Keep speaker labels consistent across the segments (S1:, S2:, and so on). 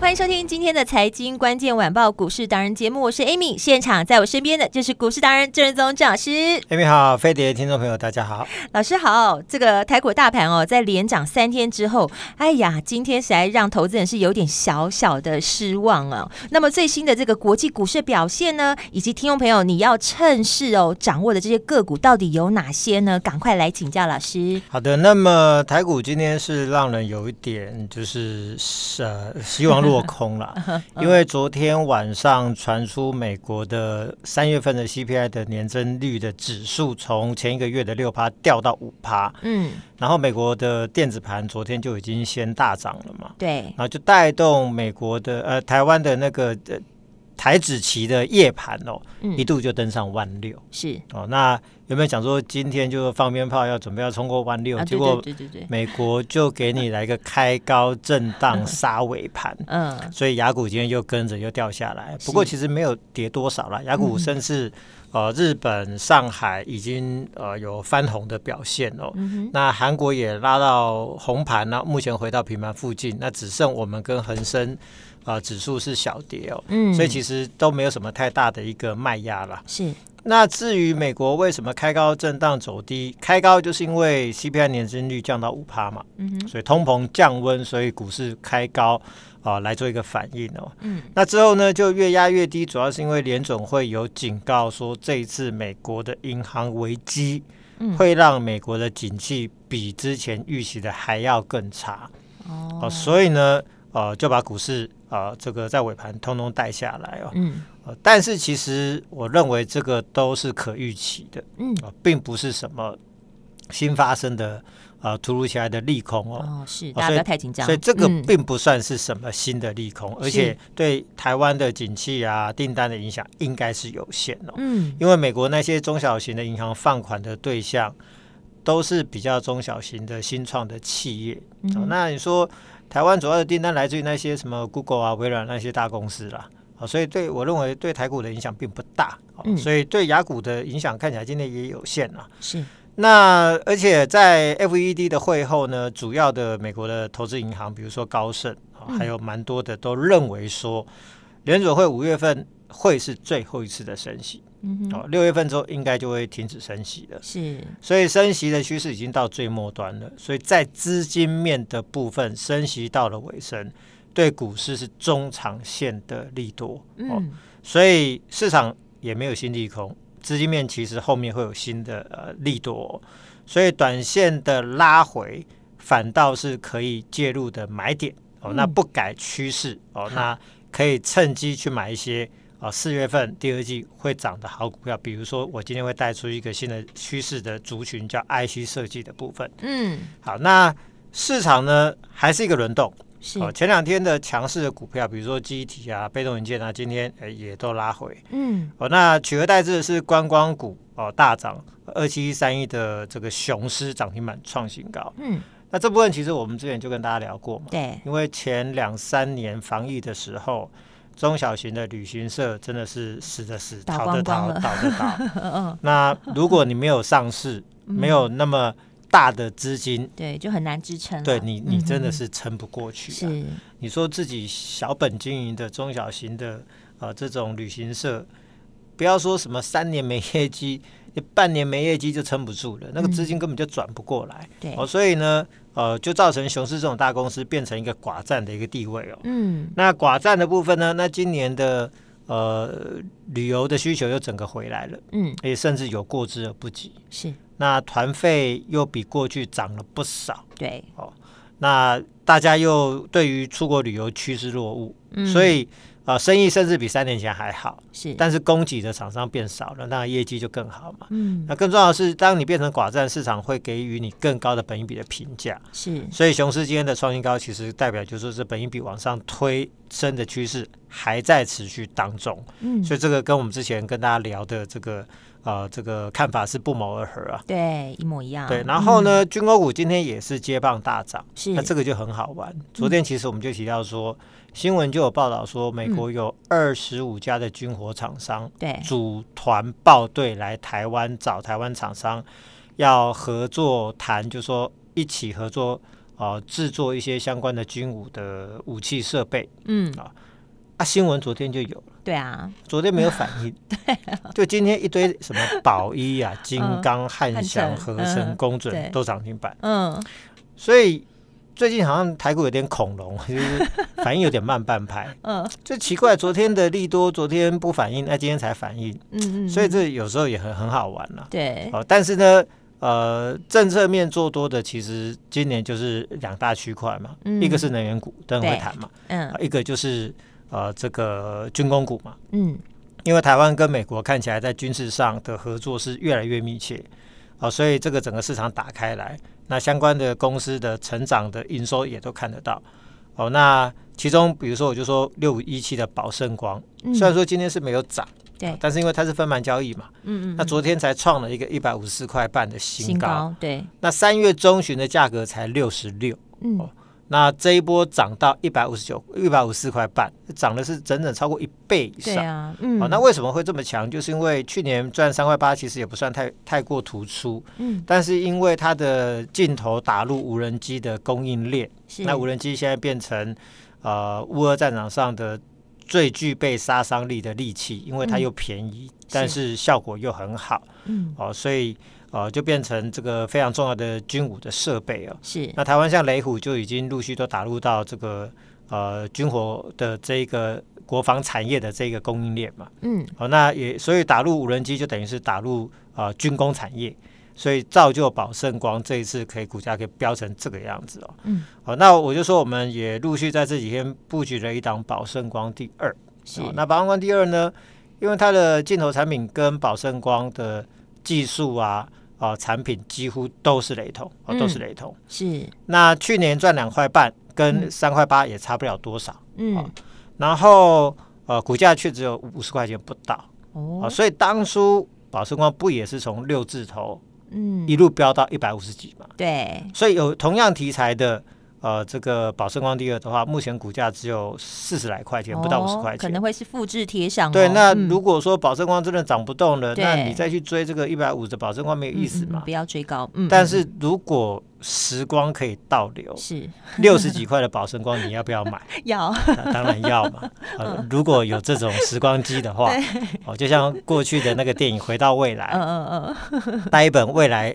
S1: 欢迎收听今天的财经关键晚报股市达人节目，我是 Amy，现场在我身边的就是股市达人郑仁宗郑老师，
S2: 艾米哎好，飞碟听众朋友大家好。
S1: 老师好。这个台股大盘哦，在连涨三天之后，哎呀，今天实在让投资人是有点小小的失望啊。那么最新的这个国际股市表现呢，以及听众朋友你要趁势哦掌握的这些个股到底有哪些呢？赶快来请教老师。
S2: 好的，那么台股今天是让人有一点就是呃希望落空了，因为昨天晚上传出美国的三月份的 CPI 的年增率的指数从前一个月的六趴掉到五趴，
S1: 嗯，
S2: 然后美国的电子盘昨天就已经先大涨了嘛，
S1: 对
S2: 然，后就带动美国的呃台湾的那个呃台指期的夜盘哦，
S1: 嗯
S2: 一度就登上万六。
S1: 是
S2: 哦，那有没有讲说今天就放鞭炮要准备要冲过万六、
S1: 啊，
S2: 结
S1: 对
S2: 果
S1: 对对对对，
S2: 美国就给你来个开高震荡杀尾 盘，
S1: 嗯，
S2: 所以雅股今天又跟着又掉下来。不过
S1: 是嗯
S2: 其实没有跌多少啦，雅股甚至、呃日本、上海已经呃有翻红的表现哦。
S1: 嗯
S2: 那韩国也拉到红盘了、目前回到平盘附近，那只剩我们跟恒生啊、呃指数是小跌哦，
S1: 嗯
S2: 所以其实都没有什么太大的一个卖压啦。
S1: 是
S2: 那至于美国为什么开高震荡走低，开高就是因为 CPI 年增率降到五趴嘛，嗯、所以通膨降温，所以股市开高啊、来做一个反应哦。
S1: 嗯，
S2: 那之后呢就越压越低，主要是因为联总会有警告说，这一次美国的银行危机
S1: 嗯
S2: 会让美国的景气比之前预期的还要更差哦、
S1: 哦，
S2: 所以呢呃就把股市啊、呃这个在尾盘通通带下来哦。
S1: 嗯
S2: 呃，但是其实我认为这个都是可预期的，
S1: 嗯，
S2: 呃，并不是什么新发生的呃突如其来的利空哦。
S1: 哦，是，
S2: 哦
S1: 大家
S2: 所
S1: 不
S2: 以
S1: 要太紧张。
S2: 所以这个
S1: 嗯
S2: 并不算是什么新的利空，而且对台湾的景气啊、订单的影响应该是有限哦。
S1: 嗯
S2: 因为美国那些中小型的银行放款的对象都是比较中小型的新创的企业。
S1: 嗯
S2: 哦、那你说台湾主要的订单来自于那些什么 Google 啊、微软那些大公司啦。哦，所以对我认为对台股的影响并不大，哦
S1: 嗯
S2: 所以对雅股的影响看起来今天也有限啊。
S1: 是
S2: 那而且在 FED 的会后呢，主要的美国的投资银行，比如说高盛，啊还有蛮多的都认为说，联准会五月份会是最后一次的升息，哦，六月份之后应该就会停止升息了。
S1: 是，
S2: 所以升息的趋势已经到最末端了，所以在资金面的部分，升息到了尾声，对股市是中长线的利多。哦，
S1: 嗯
S2: 所以市场也没有新利空，资金面其实后面会有新的呃利多哦、所以短线的拉回反倒是可以介入的买点哦，那不改趋势哦，那可以趁机去买一些。哦，四月份第二季会涨的好股票，比如说我今天会带出一个新的趋势的族群，叫 IC 设计的部分。
S1: 嗯
S2: 好，那市场呢还是一个轮动，
S1: 是
S2: 哦，前两天的强势的股票，比如说机体啊、被动元件啊，今天诶也都拉回。
S1: 嗯
S2: 哦，那取而代之的是观光股哦大涨，二七一三一的这个雄狮涨停板创新高。
S1: 嗯
S2: 那这部分其实我们之前就跟大家聊过嘛，
S1: 对
S2: 因为前两三年防疫的时候，中小型的旅行社真的是死的死，
S1: 倒
S2: 逃的
S1: 光光
S2: 逃，
S1: 了嗯
S2: 倒的 倒。 那如果你没有上市，没有那么大的资金，
S1: 对，就很难支撑了。
S2: 对你你真的
S1: 嗯
S2: 是撑不过去、啊。
S1: 是
S2: 你说自己小本经营的中小型的呃这种旅行社，不要说什么三年没业绩， 你半年没业绩就撑不住了，那个资金根本就转不过来。
S1: 对
S2: 哦，所以呢，呃，就造成雄狮这种大公司变成一个寡占的一个地位哦。
S1: 嗯
S2: 那寡占的部分呢，那今年的呃旅游的需求又整个回来了，
S1: 嗯
S2: 也甚至有过之而不及。
S1: 是
S2: 那团费又比过去涨了不少。
S1: 对，嗯
S2: 那大家又对于出国旅游趋势落伍，所以呃，生意甚至比三年前还好，
S1: 是，
S2: 但是供给的厂商变少了，那业绩就更好嘛。
S1: 嗯
S2: 那更重要的是，当你变成寡占，市场会给予你更高的本益比的评价。
S1: 是
S2: 所以雄狮今天的创新高，其实代表就是说这本益比往上推升的趋势还在持续当中。
S1: 嗯
S2: 所以这个跟我们之前跟大家聊的这个呃这个看法是不谋而合啊。
S1: 对一模一样。
S2: 对，然后呢，军工股今天也是接棒大涨，
S1: 嗯是嗯
S2: 那这个就很好玩。昨天其实我们就提到说，新闻就有报道说，美国有二十五家的军火厂商
S1: 对
S2: 组团报队来台湾找台湾厂商要合作谈，就说一起合作呃制作一些相关的军武的武器设备
S1: 嗯
S2: 啊。新闻昨天就有了，
S1: 对啊，
S2: 昨天没有反 应，就今天一堆什么宝一啊、金刚、汉翔、
S1: 汉城
S2: 合
S1: 嗯
S2: 成、工
S1: 对
S2: 准都涨停板，
S1: 嗯
S2: 所以。最近好像台股有点恐龙， 就是反应有点慢半拍。
S1: 嗯
S2: 最奇怪，昨天的利多，昨天不反应，那、今天才反应，
S1: 嗯嗯，嗯
S2: 所以这有时候也很很好玩啦、
S1: 对
S2: 哦，但是呢，呃，政策面做多的，其实今年就是两大区块嘛，
S1: 嗯
S2: 一个是能源股，等会
S1: 对
S2: 谈嘛，
S1: 嗯
S2: 啊一个就是呃这个军工股嘛，
S1: 嗯
S2: 因为台湾跟美国看起来在军事上的合作是越来越密切，啊、所以这个整个市场打开来，那相关的公司的成长的营收也都看得到。哦，那其中比如说我就说六五一七的宝盛光，
S1: 嗯
S2: 虽然说今天是没有涨，
S1: 对
S2: 但是因为它是分盘交易嘛，
S1: 嗯嗯
S2: 那昨天才创了一个一百五十四块半的新高，
S1: 新高对
S2: 那三月中旬的价格才六十六，
S1: 嗯
S2: 哦那这一波涨到一百五十九、一百五十四块半，涨的是整整超过一倍以
S1: 对
S2: 上。
S1: 啊嗯
S2: 哦，那为什么会这么强？就是因为去年赚三块八，其实也不算太太过突出，
S1: 嗯
S2: 但是因为它的镜头打入无人机的供应链，
S1: 是
S2: 那无人机现在变成呃乌俄战场上的最具备杀伤力的利器，因为它
S1: 嗯
S2: 又便宜，但是效果又很好。
S1: 嗯
S2: 哦，所以呃就变成这个非常重要的军武的设备哦。
S1: 是
S2: 那台湾像雷虎就已经陆续都打入到这个呃军火的这一个国防产业的这个供应链嘛。
S1: 嗯
S2: 哦，那也所以打入无人机就等于是打入呃军工产业，所以造就宝盛光这一次可以股价可以飙成这个样子哦。
S1: 嗯，
S2: 好、那我就说我们也陆续在这几天布局了一档宝盛光第二。
S1: 是
S2: 哦那宝盛光第二呢，因为它的镜头产品跟宝盛光的技术啊啊、产品几乎都是雷同，哦、都是
S1: 嗯
S2: 雷同。
S1: 是
S2: 那去年赚两块半，跟
S1: 嗯
S2: 三块八也差不了多少，
S1: 嗯
S2: 然后呃股价却只有五十块钱不到。啊，
S1: 哦
S2: 所以当初宝盛光不也是从六字头
S1: 嗯
S2: 一路飙到一百五十几嘛？
S1: 对
S2: 所以有同样题材的，呃，这个宝盛光第二的话，目前股价只有四十来块钱，不到五十
S1: 哦
S2: 块
S1: 可
S2: 钱。
S1: 能会是复制贴上哦
S2: 对，那
S1: 嗯
S2: 如果说宝盛光真的涨不动了，那
S1: 对
S2: 你再去追这个一百五的宝盛光没有
S1: 嗯
S2: 意思
S1: 嗯嗯
S2: 嘛
S1: 不？要追高嗯
S2: 但
S1: 嗯，
S2: 是如果时光可以倒 流
S1: 是
S2: 六十几块的宝盛光你要不 要买？
S1: 要
S2: 那当然要 嘛、
S1: 嗯
S2: 呃如果有这种时光机的话，哦，就像过去的那个电影《回到未来》，
S1: 嗯嗯
S2: 带一本未来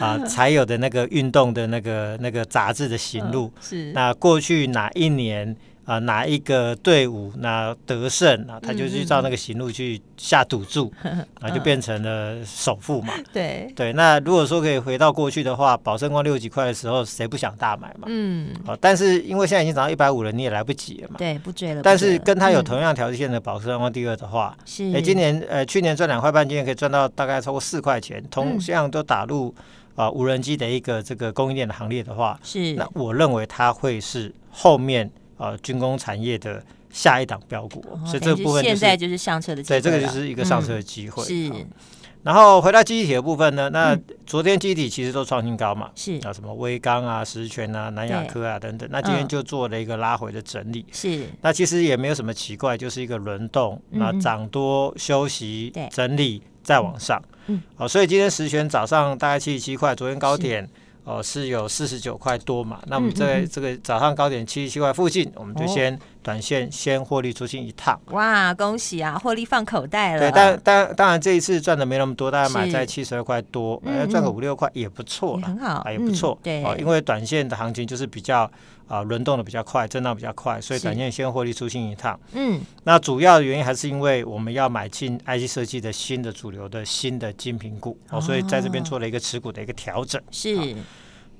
S2: 啊、才有的那个运动的那个那个杂志的行
S1: 嗯
S2: 路。
S1: 是
S2: 那过去哪一年啊、哪一个队伍那得胜啊，他
S1: 嗯
S2: 就去照那个行路去下赌 注，啊，就变成了首富嘛。
S1: 对
S2: 对，那如果说可以回到过去的话，宝盛光六几块的时候，谁不想大买嘛？
S1: 嗯
S2: 哦，但是因为现在已经涨到一百五了，你也来不及了嘛。
S1: 对不追了不
S2: 但
S1: 追
S2: 是
S1: 了
S2: 跟它有
S1: 嗯
S2: 同样条件的宝盛光第二的话，
S1: 是
S2: 哎，今年呃，去年赚两块半，今年可以赚到大概超过四块
S1: 嗯
S2: 钱，同样都打入啊、呃无人机的一个这个供应链的行列的话，
S1: 是
S2: 那我认为它会是后面呃军工产业的下一档标股哦，
S1: 哦
S2: 所
S1: 等
S2: 以这
S1: 于
S2: 个
S1: 是
S2: 部分就
S1: 现在
S2: 是。
S1: 就是上车的机会了，
S2: 对，
S1: 嗯
S2: 这个就是一个上车的机会。好
S1: 是嗯
S2: 然后回到记忆体的部分呢，那昨天记忆体其实都创新高嘛，
S1: 是
S2: 啊，什么微刚啊、石泉啊、南亚
S1: 嗯对
S2: 科啊等等。那今天
S1: 嗯
S2: 就做了一个拉回的整理。
S1: 是
S2: 那其实也没有什么奇怪，就是一个轮动，
S1: 嗯
S2: 那
S1: 嗯
S2: 涨多休息
S1: 对
S2: 整理再往上。
S1: 嗯，
S2: 好、所以今天十全早上大概七十七块，昨天高点哦是有四十九块多嘛。那我们
S1: 嗯嗯
S2: 在
S1: 嗯
S2: 这个早上高点七十七块附近，我们就
S1: 哦
S2: 先短线先获利出清一趟。
S1: 哇，恭喜啊，获利放口袋了。啊
S2: 对，但但当然这一次赚的没那么多，大概买在
S1: 是
S2: 七十二块多，
S1: 嗯
S2: 呃，赚个
S1: 嗯
S2: 五六块也不错
S1: 也
S2: 了。
S1: 很好，
S2: 啊，也不错
S1: 嗯，对，
S2: 哦，因为短线的行情就是比较啊轮动的比较快，震荡比较快，所以
S1: 是
S2: 短线先获利出清一趟。
S1: 嗯
S2: 那主要的原因还是因为我们要买进 IC 设计的新的主流的新的精品股哦，所以在这边做了一个持股的一个调整。
S1: 是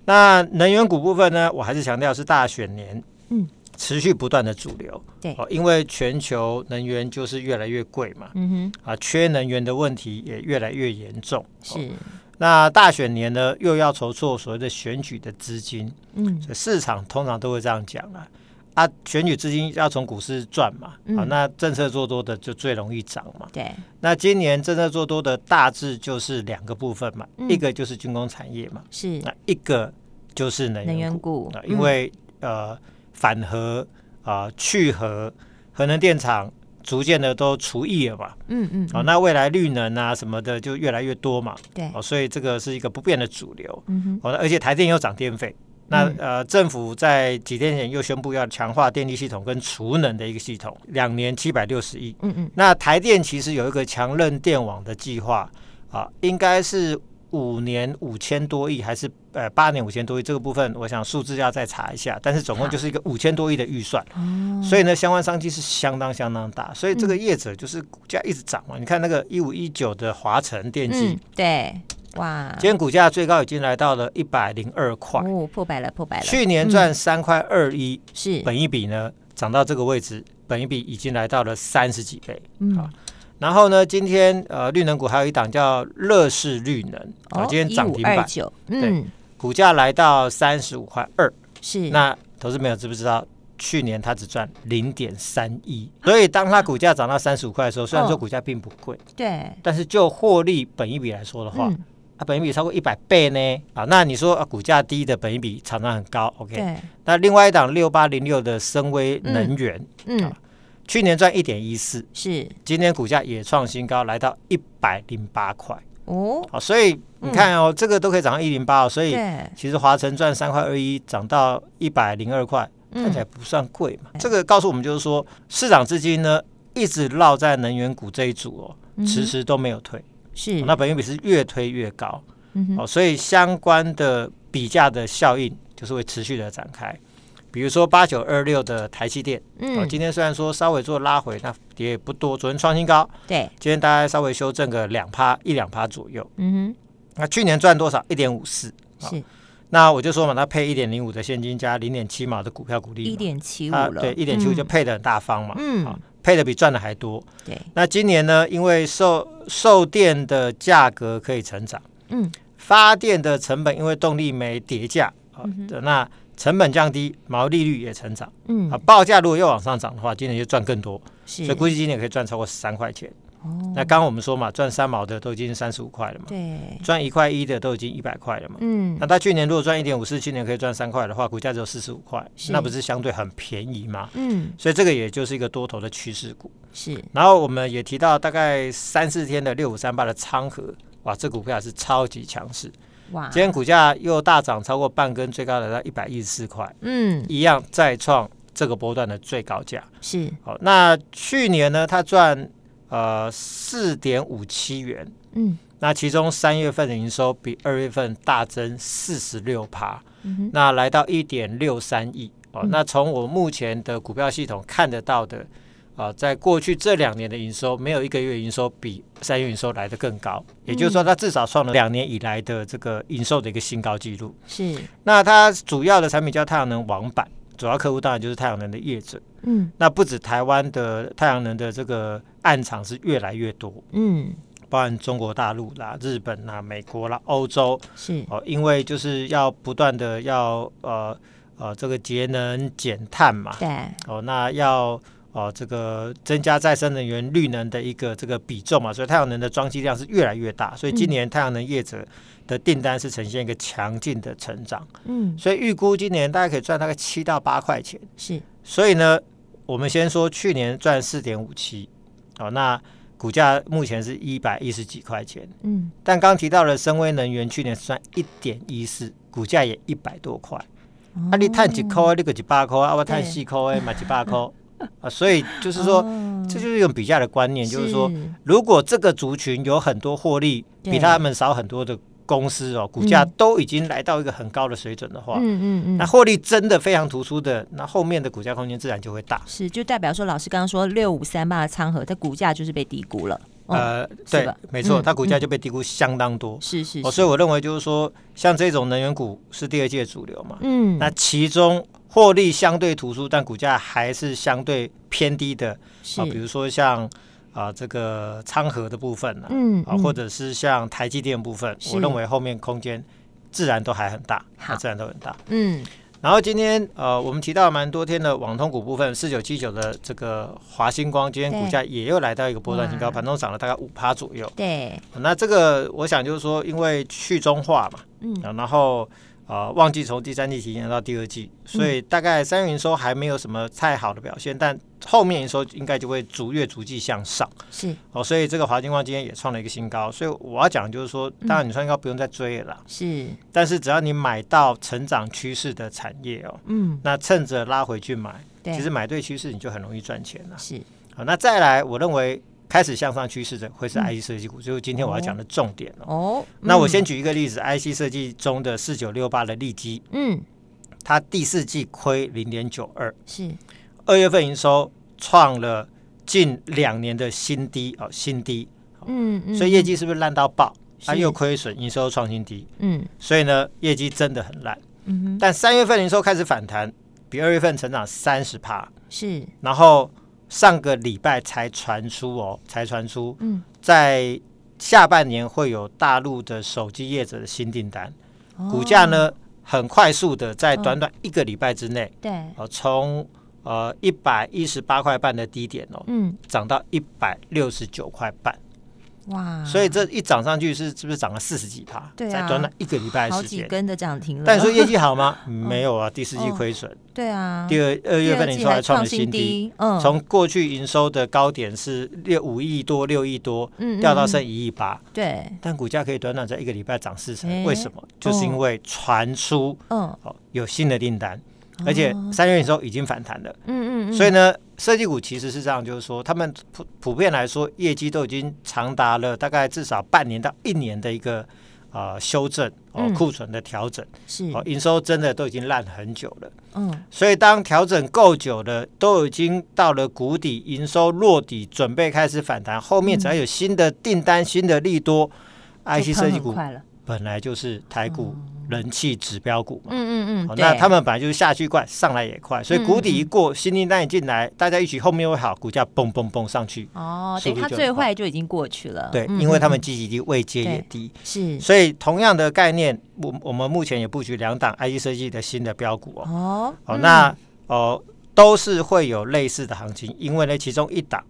S2: 那能源股部分呢，我还是强调是大选年，
S1: 嗯，
S2: 持续不断的主流。
S1: 对
S2: 哦，因为全球能源就是越来越贵嘛，
S1: 嗯
S2: 啊，缺能源的问题也越来越严重。
S1: 哼，是，
S2: 那大选年呢，又要筹措所谓的选举的资金，
S1: 嗯
S2: 所以市场通常都会这样讲啊。啊，选举资金要从股市赚嘛，
S1: 嗯
S2: 啊，那政策做多的就最容易涨嘛。
S1: 对，
S2: 那今年政策做多的大致就是两个部分嘛，
S1: 嗯
S2: 一个就是军工产业嘛，
S1: 是
S2: 那一个就是能
S1: 能
S2: 源
S1: 源
S2: 股
S1: 股嗯
S2: 啊，，因为、呃反核啊、去核核能电厂逐渐的都除役了嘛，
S1: 嗯嗯，
S2: 啊，
S1: 嗯
S2: 那未来绿能啊什么的就越来越多嘛，
S1: 对，
S2: 哦，所以这个是一个不变的主流。
S1: 嗯哼，
S2: 哦，那而且台电又涨电费。那
S1: 嗯
S2: 呃，政府在几天前又宣布要强化电力系统跟储能的一个系统，两年七百六十亿。
S1: 嗯嗯，
S2: 那台电其实有一个强韧电网的计划啊，应该是五年五千多亿，还是呃八年五千多亿？这个部分我想数字要再查一下，但是总共
S1: 好
S2: 就是一个五千多亿的预算，
S1: 哦，嗯
S2: 所以呢，相关商机是相当相当大。所以这个业者就是股价一直涨嘛，你看那个一五一九的华晨电机，
S1: 嗯，对，哇，
S2: 今天股价最高已经来到了一百零二块，
S1: 哦，破百了，破百了，嗯
S2: 去年赚三块二一，
S1: 是，
S2: 本一比呢涨到这个位置，本一比已经来到了三十几倍。
S1: 嗯
S2: 好，然后呢，今天呃绿能股还有一档叫乐视绿能，啊、今天涨停
S1: 哦二
S2: 板，
S1: 九，
S2: 对
S1: 嗯，
S2: 股价来到三十五块二。
S1: 是，
S2: 那投资朋友知不知道？去年它只赚零点三一，所以当它股价涨到三十五块的时候，虽然说
S1: 哦
S2: 股价并不贵，
S1: 对，
S2: 但是就获利本一比来说的话，
S1: 嗯，
S2: 啊，本益比超过一百倍呢啊，那你说、啊、股价低的本益比常常很高，OK？
S1: 对，
S2: 那另外一档六八零六的深威能源，
S1: 嗯
S2: 好，去年赚一点一四，
S1: 是，
S2: 今天股价也创新高，来到一百零八块。
S1: 哦，
S2: 好，所以你看哦，这个都可以涨到一零八，哦所
S1: 嗯
S2: 以
S1: 对，
S2: 其实华晨赚三块二一，涨到一百零二块，看起来
S1: 嗯，
S2: 不算贵嘛。这个告诉我们就是说，市场资金呢一直绕在能源股这一组哦，
S1: 嗯哼
S2: 迟迟都没有退，
S1: 是，
S2: 哦那本益比是越推越高。
S1: 嗯哼，
S2: 哦，所以相关的比价的效应就是会持续的展开。比如说八九二六的台积电，哦，
S1: 嗯，
S2: 今天虽然说稍微做拉回，那跌也不多，昨天创新高，
S1: 对，
S2: 今天大概稍微修正个两趴一两趴左右。
S1: 嗯
S2: 那去年赚多少？一点五四。
S1: 哼，是
S2: 那我就说嘛，它配一点零五的现金加零点七毛的股票股利嘛，
S1: 一点七五
S2: 啊，
S1: 了，
S2: 对，一点七五就
S1: 嗯
S2: 配的很大方嘛，
S1: 嗯
S2: 啊，配的比赚的还多。
S1: 对，
S2: 那今年呢，因为售售电的价格可以成长，
S1: 嗯，
S2: 发电的成本因为动力煤叠价啊、
S1: 嗯
S2: 那成本降低，毛利率也成长啊
S1: 嗯，。
S2: 报价如果又往上涨的话，今年就赚更多，所
S1: 是
S2: 以，估计今年可以赚超过三块钱。
S1: 哦
S2: 那刚刚我们说嘛，赚三毛的都已经三十五块了嘛，
S1: 对，
S2: 赚一块一的都已经一百块了嘛。
S1: 嗯
S2: 那他去年如果赚一点五四，今年可以赚三块的话，股价只有四十五块，
S1: 是
S2: 那不是相对很便宜吗？
S1: 嗯，
S2: 所以这个也就是一个多头的趋势股。
S1: 是，
S2: 然后我们也提到大概三四天的六五三八的昌河，哇，这股票是超级强势，
S1: 哇，
S2: 今天股价又大涨超过半根，最高来到一百一十四块，
S1: 嗯，
S2: 一样再创这个波段的最高价。
S1: 是，
S2: 好，那去年呢，它赚呃四点五七元，
S1: 嗯
S2: 那其中三月份的营收比二月份大增四十六趴，
S1: 嗯哼，
S2: 那来到一点六三亿。哦，
S1: 嗯
S2: 那从我目前的股票系统看得到的。啊，在过去这两年的营收，没有一个月营收比三月营收来得更高，也就
S1: 嗯
S2: 是说，它至少创了两年以来的这个营收的一个新高纪录。
S1: 是，
S2: 那它主要的产品叫太阳能网板，主要客户当然就是太阳能的业者。
S1: 嗯
S2: 那不止台湾的太阳能的这个暗场是越来越多，
S1: 嗯，
S2: 包含中国大陆啦、日本啦、美国啦、欧洲
S1: 是，
S2: 哦，因为就是要不断的要呃呃这个节能减碳嘛，
S1: 对，
S2: 哦，那要哦这个增加再生能源绿能的一个这个比重嘛，所以太阳能的装机量是越来越大，所以今
S1: 嗯
S2: 年太阳能业者的订单是呈现一个强劲的成长。
S1: 嗯
S2: 所以预估今年大概可以赚大概七到八块钱。
S1: 是，
S2: 所以呢，我们先说去年赚四点五七，哦，那股价目前是一百一十几块钱。
S1: 嗯
S2: 但刚提到了深威能源去年赚一点一四，股价也一百多块。啊，你探几
S1: 哦
S2: 块，你个几八块，啊，我探
S1: 对
S2: 四块，买几八块啊，所以就是说，
S1: 哦
S2: 这就是一种比价的观念，就是说，
S1: 是
S2: 如果这个族群有很多获利
S1: 对
S2: 比他们少很多的公司哦，股价
S1: 嗯
S2: 都已经来到一个很高的水准的话，
S1: 嗯嗯
S2: 那
S1: 嗯，
S2: 获利真的非常突出的，那后面的股价空间自然就会大。
S1: 是，就代表说老师刚刚说六五三八的仓和，它股价就是被低估了，哦
S2: 呃，
S1: 是
S2: 对
S1: 吧，
S2: 没错，
S1: 嗯
S2: 它股价就被低估相当多。
S1: 是是
S2: 哦，
S1: 是，
S2: 所以我认为就是说，像这种能源股是第二届主流嘛。
S1: 嗯，
S2: 那其中获利相对突出，但股价还是相对偏低的
S1: 是
S2: 啊，比如说像啊这个昌河的部分呢、啊，
S1: 嗯
S2: 啊，或者是像台积电部分，
S1: 是
S2: 我认为后面空间自然都还很大，
S1: 好
S2: 啊自然都很大。
S1: 嗯
S2: 然后今天呃，我们提到蛮多天的网通股部分，四九七九的这个华星光，今天股价也又来到一个波段新高，
S1: 哇
S2: 盘中涨了大概五趴左右。
S1: 对
S2: 那这个我想就是说，因为去中化嘛，
S1: 嗯
S2: 啊然后呃，旺季从第三季提前到第二季，所以大概三月营收还没有什么太好的表现，但后面营收应该就会逐月逐季向上
S1: 是
S2: 哦，所以这个华金光今天也创了一个新高，所以我要讲就是说，当然你创新高不用再追了啦，
S1: 是
S2: 但是只要你买到成长趋势的产业哦，
S1: 嗯
S2: 那趁着拉回去买，
S1: 对
S2: 其实买对趋势你就很容易赚钱了。
S1: 是
S2: 好，那再来，我认为开始向上趋势的会是 IC 设计股，就是今天我要讲的重点哦。
S1: 嗯哦，
S2: 那
S1: 嗯
S2: 我先举一个例子，IC 设计中的四九六八的利基，
S1: 嗯
S2: 它第四季亏零点九二，
S1: 是
S2: 二月份营收创了近两年的新低哦，新低，
S1: 嗯嗯，
S2: 所以业绩是不是烂到爆？它、
S1: 是
S2: 又亏损，营收创新低，
S1: 嗯
S2: 所以呢，业绩真的很烂。
S1: 嗯哼
S2: 但三月份营收开始反弹，比二月份成长三十趴，
S1: 是
S2: 然后上个礼拜才传出哦，才传出
S1: 嗯
S2: 在下半年会有大陆的手机业者的新订单，股价
S1: 哦嗯
S2: 呢很快速的在短短一个礼拜之内，
S1: 对
S2: 哦，从呃一百一十八块半的低点哦，
S1: 嗯
S2: 涨到一百六十九块半，
S1: 哇，
S2: 所以这一涨上去是是不是涨了四十几趴？
S1: 啊对啊
S2: 在短短一个礼拜的
S1: 好
S2: 时
S1: 几
S2: 间。
S1: 根 的涨停了，
S2: 但你说业绩好吗？没有啊，第四季
S1: 哦
S2: 亏损，
S1: 对啊，
S2: 第二二
S1: 第
S2: 月份
S1: 二
S2: 营
S1: 季
S2: 收还
S1: 还
S2: 创了
S1: 创
S2: 新低，
S1: 低，嗯，
S2: 从过去营收的高点是六五亿多、六亿多，
S1: 嗯
S2: 掉到
S1: 嗯
S2: 剩一亿八，
S1: 嗯对，
S2: 但股价可以短短在一个礼拜涨四成，
S1: 诶哦
S2: 为什么？就是因为传出
S1: 嗯
S2: 哦有新的订单，而且
S1: 哦
S2: 三月的时候已经反弹了，
S1: 嗯嗯，
S2: 所以
S1: 呢，
S2: 呢，设计股其实是这样，就是说他们普普遍来说业绩都已经长达了大概至少半年到一年的一个。呃，修正哦
S1: 嗯，
S2: 库存的调整，
S1: 是
S2: 哦，营收真的都已经烂很久了。
S1: 嗯
S2: 所以当调整够久了，都已经到了谷底，营收落底，准备开始反弹，后面只要有新的订单、新的利多
S1: 嗯就
S2: ，IC
S1: 喷
S2: 设计
S1: 很
S2: 股
S1: 快了，
S2: 本来就是台股人气指标股嘛。
S1: 嗯嗯
S2: 好
S1: 嗯，
S2: 那
S1: 对
S2: 他们本来就是下去快，上来也快，所以谷底一过，新订单一进来，大家一起后面会好，股价蹦蹦蹦上去。
S1: 哦，
S2: 速
S1: 对，
S2: 度
S1: 它
S2: 就
S1: 最
S2: 很快
S1: 坏就已经过去了，
S2: 对，
S1: 嗯
S2: 因为他们
S1: 嗯
S2: 积极力位阶也
S1: 对
S2: 低，
S1: 是
S2: 所以同样的概念，我我们目前也布局两档 IC 设计的新的标股哦。
S1: 哦
S2: 哦，
S1: 嗯
S2: 那哦、都是会有类似的行情，因为呢，其中一档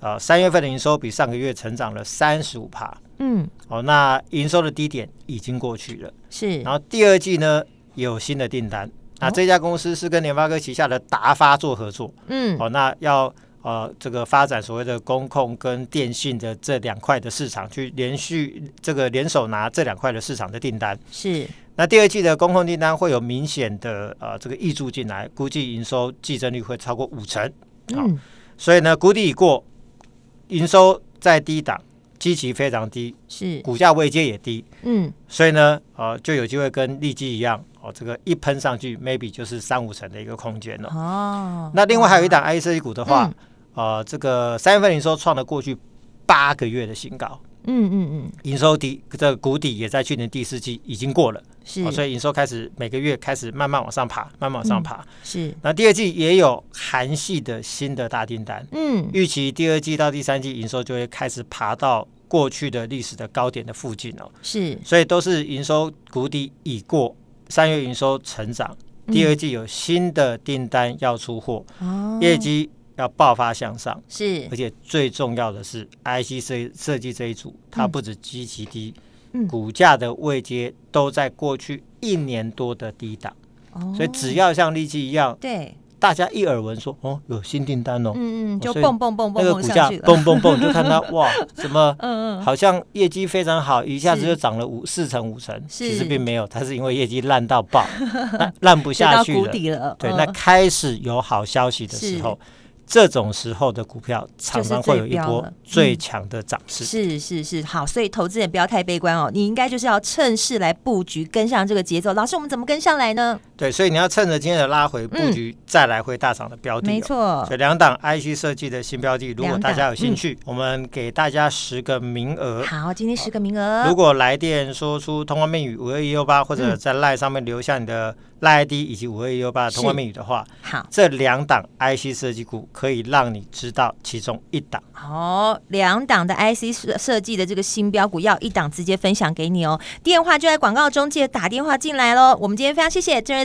S2: 呃三月份的营收比上个月成长了三十五趴，
S1: 嗯
S2: 哦，那营收的低点已经过去了，
S1: 是
S2: 然后第二季呢有新的订单，
S1: 哦
S2: 那这家公司是跟联发科旗下的达发做合作，
S1: 嗯
S2: 哦，那要。呃，这个发展所谓的公控跟电信的这两块的市场，去连续这个联手拿这两块的市场的订单，
S1: 是
S2: 那第二季的公控订单会有明显的呃这个溢注进来，估计营收季增率会超过五成。好
S1: 嗯
S2: 所以呢，谷底已过，营收在低档，基期非常低，
S1: 是
S2: 股价位阶也低，
S1: 嗯
S2: 所以呢，呃，就有机会跟利基一样，哦，这个一喷上去，maybe 就是三五成的一个空间了、
S1: 哦，
S2: 那另外还有一档
S1: 哇嗯
S2: I C 股的话，呃，这个三月份营收创了过去八个月的新高，
S1: 嗯嗯嗯
S2: 营收底这个谷底也在去年第四季已经过了。
S1: 是
S2: 哦，所以营收开始每个月开始慢慢往上爬，慢慢往上爬。
S1: 是
S2: 那、第二季也有韩系的新的大订单，
S1: 嗯
S2: 预期第二季到第三季营收就会开始爬到过去的历史的高点的附近哦，
S1: 是
S2: 所以都是营收谷底已过，三月营收成长，第二季有新的订单要出货，
S1: 嗯哦
S2: 业绩要爆发向上。
S1: 是
S2: 而且最重要的是，IC 设设计这一组，它不止基期低，
S1: 嗯
S2: 股价的位阶都在过去一年多的低档，
S1: 哦
S2: 所以只要像利基一样，
S1: 对
S2: 大家一耳闻说哦有新订单哦，
S1: 嗯嗯就
S2: 所以
S1: 蹦蹦蹦
S2: 那
S1: 蹦
S2: 个
S1: 蹦
S2: 股
S1: 上
S2: 价
S1: 去了，
S2: 蹦蹦蹦，就看 它哇怎么。
S1: 嗯嗯
S2: 好像业绩非常好，一下子
S1: 是
S2: 就涨了五四成五成，其
S1: 是
S2: 实并没有，它是因为业绩烂 到爆，那烂不
S1: 就到
S2: 下去
S1: 谷
S2: 了。
S1: 底了，
S2: 对，
S1: 嗯
S2: 那开始有好消息的时候，这种时候的股票常常会有
S1: 就是最
S2: 一
S1: 标
S2: 波
S1: 了嗯
S2: 最强的涨势。
S1: 是是是，好，所以投资人不要太悲观哦，你应该就是要趁势来布局，跟上这个节奏。老师，我们怎么跟上来呢？
S2: 对，所以你要趁着今天的拉回布局，再来回大涨的标的、哦
S1: 嗯没。错
S2: 所以，两档 IC 设计的新标的，如果
S1: 两
S2: 大
S1: 档
S2: 家有兴
S1: 嗯
S2: 趣，我们给大家十个名额。
S1: 好，今天十个名额，
S2: 如果来电说出通关密语五二一六八，或者
S1: 嗯
S2: 在 LINE 上面留下你的 LINE ID 以及五二一六八的通关密语的话，
S1: 好
S2: 这两档 IC 设计股可以让你知道其中一档。
S1: 哦，两档的 IC 设设计的这个新标股，要一档直接分享给你哦。电话就在广告中，记得打电话进来喽。我们今天非常谢谢郑瑞